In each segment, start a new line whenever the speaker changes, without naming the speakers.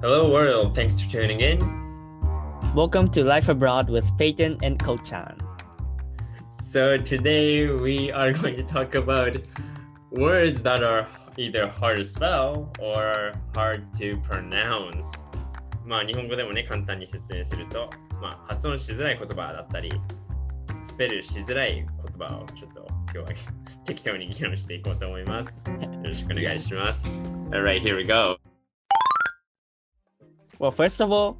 Hello, world. Thanks for tuning in.
Welcome to Life Abroad with Peyton and Kochan.
So, today we are going to talk about words that are either hard to spell or hard to pronounce. まあ、日本語でもね、簡単に説明すると、まあ、発音しづらい言葉だったり、スペルしづらい言葉をちょっと今日は適当に議論していこうと思います。よろしくお願いします。Alright, here we go.
Well, first of all,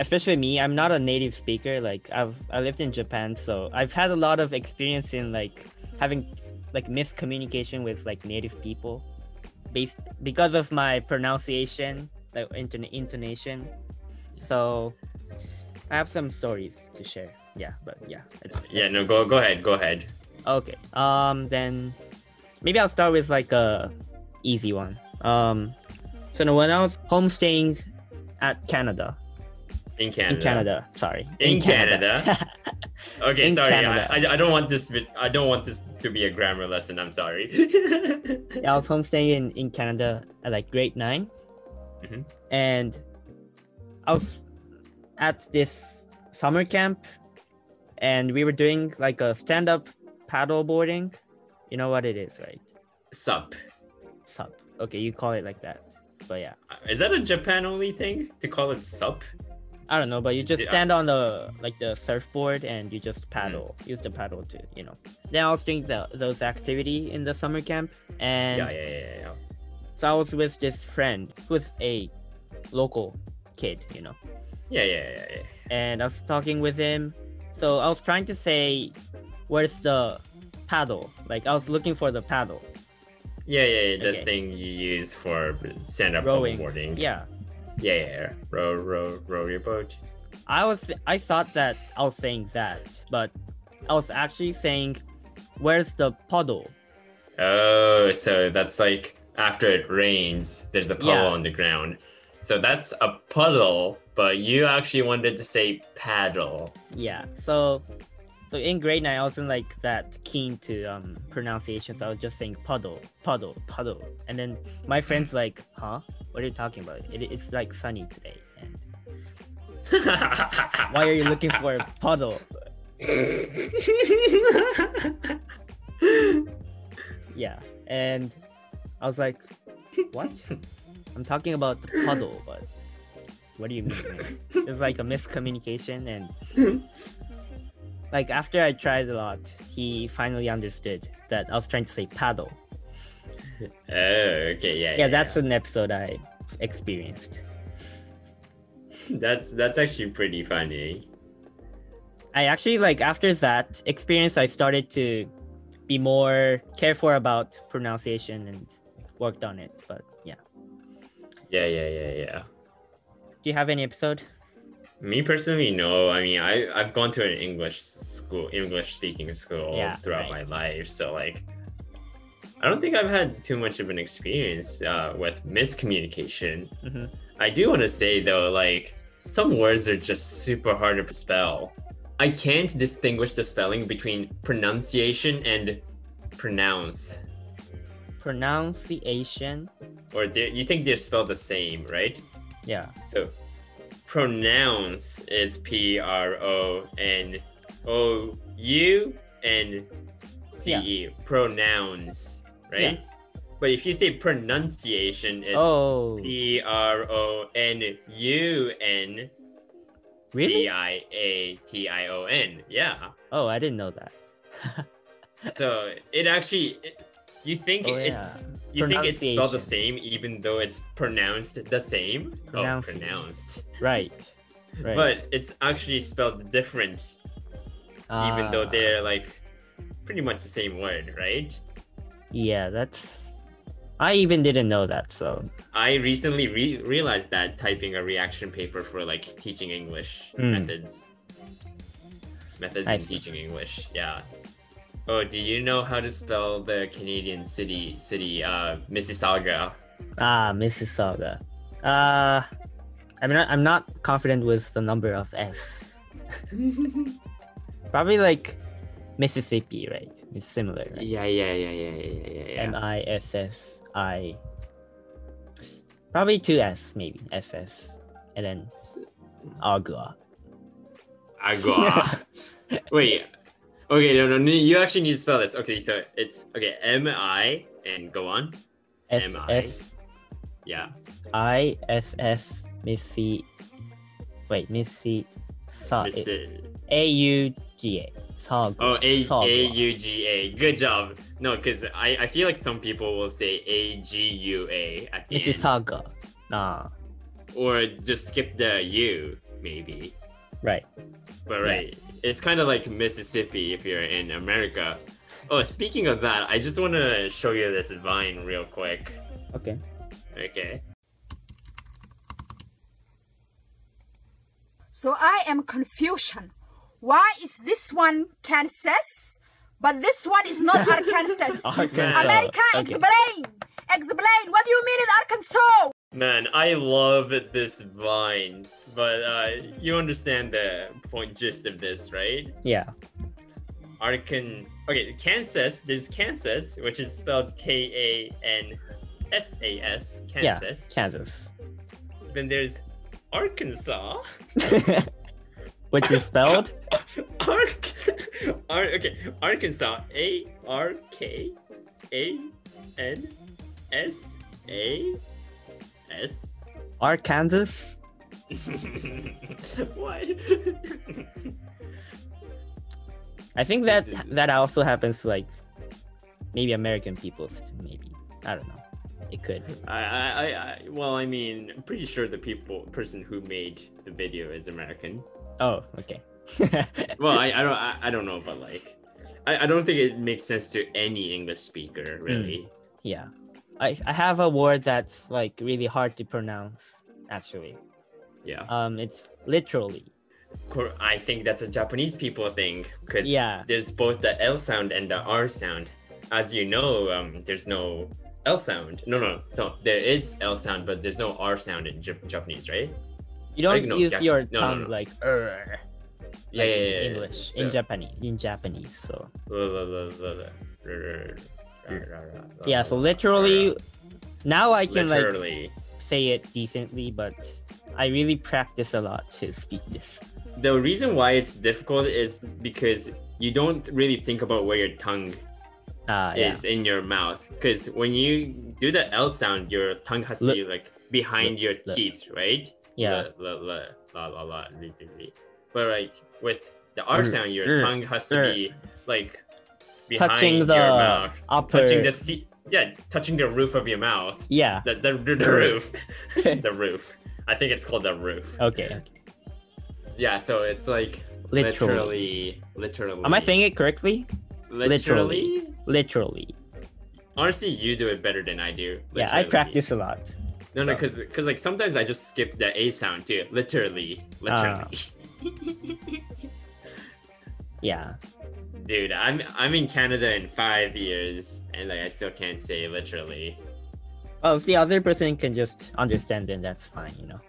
especially me, I'm not a native speaker. Like I've I lived in Japan, so I've had a lot of experience in like having like miscommunication with like native people based because of my pronunciation, like intona intonation. So I have some stories to share. Yeah, but yeah. It's,
Yeah, no, go, go ahead, go ahead.
Okay. Um then maybe I'll start with like a easy one. Um so when I was homestaying at Canada.
In Canada.
In Canada, sorry.
In Okay,
In
sorry.
Canada.
I, I, I don't want this. bit- I don't want this to be a grammar lesson. I'm sorry.
Yeah, I was homestaying in, in Canada at like grade 9
Mhm.
And I was at this summer camp and we were doing like a stand up paddle boarding. You know what it is, right?
Sup?
Sup. Okay, you call it like that. But yeah.
Is that a Japan only thing to call it sup?
I don't know, but you just
Yeah. Hmm.
stand on the like the surfboard and you just paddle. Use the paddle to, you know. Then I was doing the, those activity in the summer camp, and
Yeah, yeah, yeah, yeah.
so I was with this friend who's a local kid, you know.
Yeah, yeah, yeah, yeah.
And I was talking with him, so I was trying to say, "Where's the paddle?" Like I was looking for the paddle.
Yeah, yeah, yeah, the
Okay.
thing you use for stand up
Rowing.
boarding.
Yeah.
yeah, yeah, yeah. Row, row, row your boat.
I was I thought that I was saying that, but I was actually saying, "Where's the puddle?"
Oh, so that's like after it rains, there's a puddle
Yeah.
on the ground. So that's a puddle, but you actually wanted to say paddle.
yeah so so in grade nine i wasn't like that keen to um pronunciations i was just saying puddle puddle puddle and then my friends like huh what are you talking about it, it's like sunny today and why are you looking for a puddle
Oh,
yeah and i was like what i'm talking about the puddle but what do you mean man? it's like a miscommunication and like after i tried a lot he finally understood that i was trying to say paddle
Oh, okay, yeah.
yeah that's an episode i experienced
that's that's actually pretty funny.
I actually like after that experience, I started to be more careful about pronunciation and worked on it. But yeah,
Yeah, yeah, yeah, yeah.
do you have any episode?
Me personally, no. I mean, I I've gone to an English school, English speaking school
Yeah,
throughout
right.
my life, so like, I don't think I've had too much of an experience uh, with miscommunication.
Mhm.
I do want to say though, like some words are just super hard to spell. I can't distinguish the spelling between pronunciation and pronounce.
Pronunciation.
Or they, you think they're spelled the same, right?
Yeah.
So pronounce is P R O N O U N C E. Pronouns, right? But if you say pronunciation is
oh.
P R O N U N C
Really?
I A T I O N. Yeah.
Oh, I didn't know that.
So it actually it- you think
Oh,
it's you think it's spelled the same
Pronunciation.
even though it's pronounced the same? Oh,
Pronunciation.
pronounced.
Right. Right.
but it's actually spelled different even though
Ah,
they're like pretty much the same word right
Yeah, that's. I even didn't know that. So.
i recently re- realized that typing a reaction paper for like teaching english
Hmm.
methods methods
I
in
see.
teaching english yeah oh do you know how to spell the canadian city city uh mississauga
Ah, Mrs. Saga. Uh, I'm not. I'm not confident with the number of S. Probably like Mississippi, right? It's similar, right? uh,
yeah yeah yeah yeah yeah yeah yeah
M I S S I Probably two S, maybe SS, and then agua.
Agua. Wait. Okay, no, no, no, you actually need to spell this. Okay, so it's okay. M I and go on.
S
MI.
S
Yeah.
I S S Missy. Wait, Missy. Sa
This is,
Uh, A U G A. Sa.
oh, A
Sogua.
A U G A. Good job. No, because I, I feel like some people will say A G U A at the
Missy
end,
Saga. Nah.
or just skip the U maybe.
Right.
But
Yeah.
right, it's kind of like Mississippi if you're in America. Oh, speaking of that, I just want to show you this vine real quick.
Okay.
Okay.
So I am confusion. Why is this one Kansas, but this one is not Arkansas?
Arkansas.
America,
Oh, okay.
explain! Explain! What do you mean in Arkansas?
Man, I love this vine, but uh, you understand the point gist of this, right?
Yeah.
Arkan. Okay, Kansas. There's Kansas, which is spelled K A N S A S.
Yeah.
Kansas.
Kansas.
Then there's Arkansas.
Which is spelled
Ark. Ar- okay, Arkansas. A R K A N S A S.
Arkansas.
What?
I think that
This is-
that also happens to like maybe American people. Maybe I don't know. It could.
I, I, I, I- well, I mean, I'm pretty sure the people, person who made the video is American.
Oh, okay.
Well, I, I don't, I, I don't know, but like, I, I don't think it makes sense to any English speaker,
Hmm.
really.
yeah, I I have a word that's like really hard to pronounce. Actually,
Yeah.
um, it's literally.
Cor- I think that's a Japanese people thing because
Yeah.
there's both the L sound and the R sound. As you know, um, there's no L sound. No, no, so there is L sound, but there's no R sound in Jap- Japanese, right?
You don't
Like, no,
use
Jap-
your
no, no,
tongue
no.
like er.
Yeah,
like,
yeah,
in
yeah, yeah.
English,
So-
in Japanese, in Japanese. So
Blah, blah, blah, blah, blah. Rah, rah, rah, rah, rah, rah,
yeah, so
rah,
literally,
rah,
now I
rah.
can like
literally.
say it decently, but I really practice a lot to speak this.
the reason why it's difficult is because you don't really think about where your tongue
Ah, yeah.
is in your mouth. Because when you do the L sound, your tongue has to
Le-
be like behind your
le-
teeth, right?
Yeah.
La la la la la la. li- li- li. But like with the R
Mm,
sound, your
mm,
tongue has to
mm.
be like behind
Touching
your
the
mouth,
upper.
touching the seat. Yeah, touching the roof of your mouth.
Yeah.
The the, the, the roof, the roof. I think it's called the roof.
Okay.
Yeah, so it's like
Literally.
literally, literally.
Am I saying it correctly?
literally?
Literally.
Honestly, you do it better than I do.
Yeah, I
literally.
practice a lot.
No, no, because because like sometimes I just skip the a sound too. Literally,
Ah.
literally.
Yeah. Ah.
Dude, I'm I'm in Canada in five years, and like I still can't say literally.
Oh, if the other person can just understand, then that's fine, you know.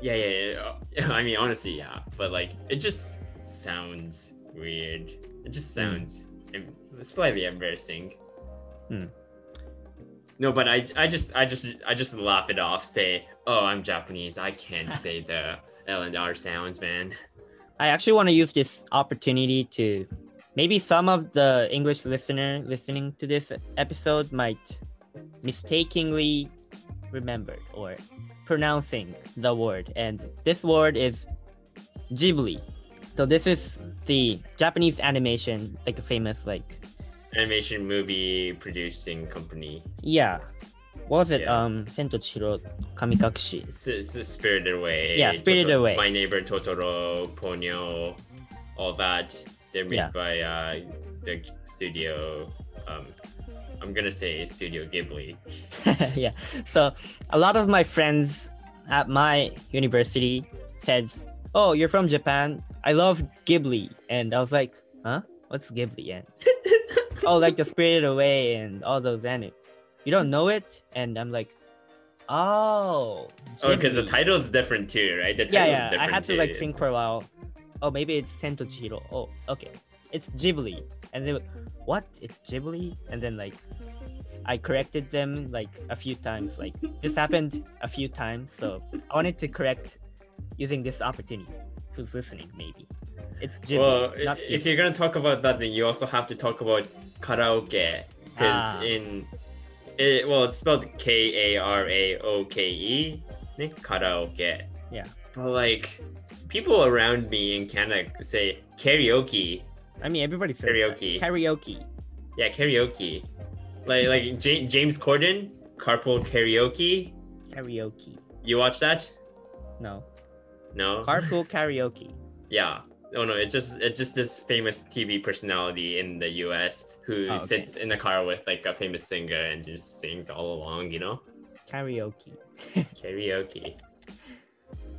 Yeah, yeah, yeah. I mean, honestly, yeah. But like, it just sounds weird. It just sounds em- slightly embarrassing.
Hmm.
No, but I, I just, I just, I just laugh it off. Say, oh, I'm Japanese. I can't say the L and R sounds, man.
I actually want to use this opportunity to maybe some of the English listener listening to this episode might mistakenly remembered or pronouncing the word and this word is Ghibli. So this is the Japanese animation like a famous like
Animation movie producing company.
yeah. What was it?
Yeah.
Um Sentochiro Kamikakushi.
It's, it's the Spirited Away.
Yeah, Spirited
Totoro-
Away.
My Neighbor Totoro, Ponyo, all that. They're made
Yeah.
by uh, the studio. Um, I'm gonna say Studio Ghibli.
yeah. So a lot of my friends at my university said, "Oh, you're from Japan. I love Ghibli." And I was like, "Huh? What's Ghibli?" And oh, like The Spirited Away and all those anime. You don't know it? And I'm like, "Oh."
Oh, because the
Ghibli."
title's different too, right? The title's
Yeah, yeah. I
different
had to
too.
like think for a while. Oh, maybe it's Sentochiro. Oh, okay. It's Ghibli. And then what? It's Ghibli? And then like I corrected them like a few times. Like this happened a few times, so I wanted to correct using this opportunity. Who's listening? Maybe it's Ghibli,
well,
not
i- if
Ghibli.
you're gonna talk about that, then you also have to talk about karaoke, because
Ah.
in it, well, it's spelled K A R A O K E, ne? karaoke.
Yeah.
But like, people around me in Canada say karaoke.
I mean, everybody says that.
Karaoke.
Karaoke.
Yeah, karaoke. Like like J- James Corden, carpool karaoke.
Karaoke.
You watch that?
No.
No.
Carpool karaoke.
Yeah. Oh no, it's just it's just this famous TV personality in the US who
Oh, okay.
sits in the car with like a famous singer and just sings all along, you know?
Karaoke.
Karaoke.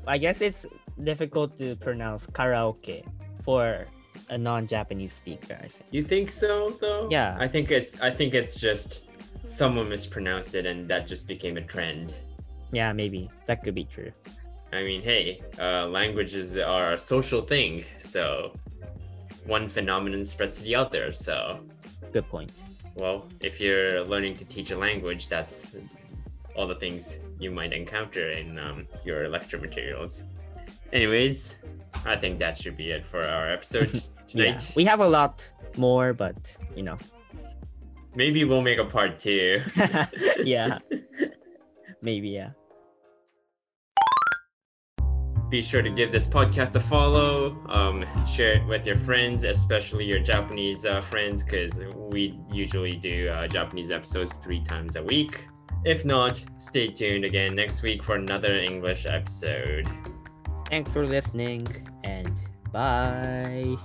I guess it's difficult to pronounce karaoke for a non-Japanese speaker. I think.
You think so though?
Yeah.
I think it's I think it's just someone mispronounced it and that just became a trend.
Yeah, maybe that could be true.
I mean, hey, uh, languages are a social thing, so one phenomenon spreads to the other. So,
Good point.
well, if you're learning to teach a language, that's all the things you might encounter in um, your lecture materials. Anyways, I think that should be it for our episode
Yeah,
tonight.
we have a lot more, but you know.
Maybe we'll make a part two.
yeah. Maybe yeah.
be sure to give this podcast a follow um, share it with your friends especially your japanese uh, friends because we usually do uh, japanese episodes three times a week if not stay tuned again next week for another english episode
Thanks for listening and bye.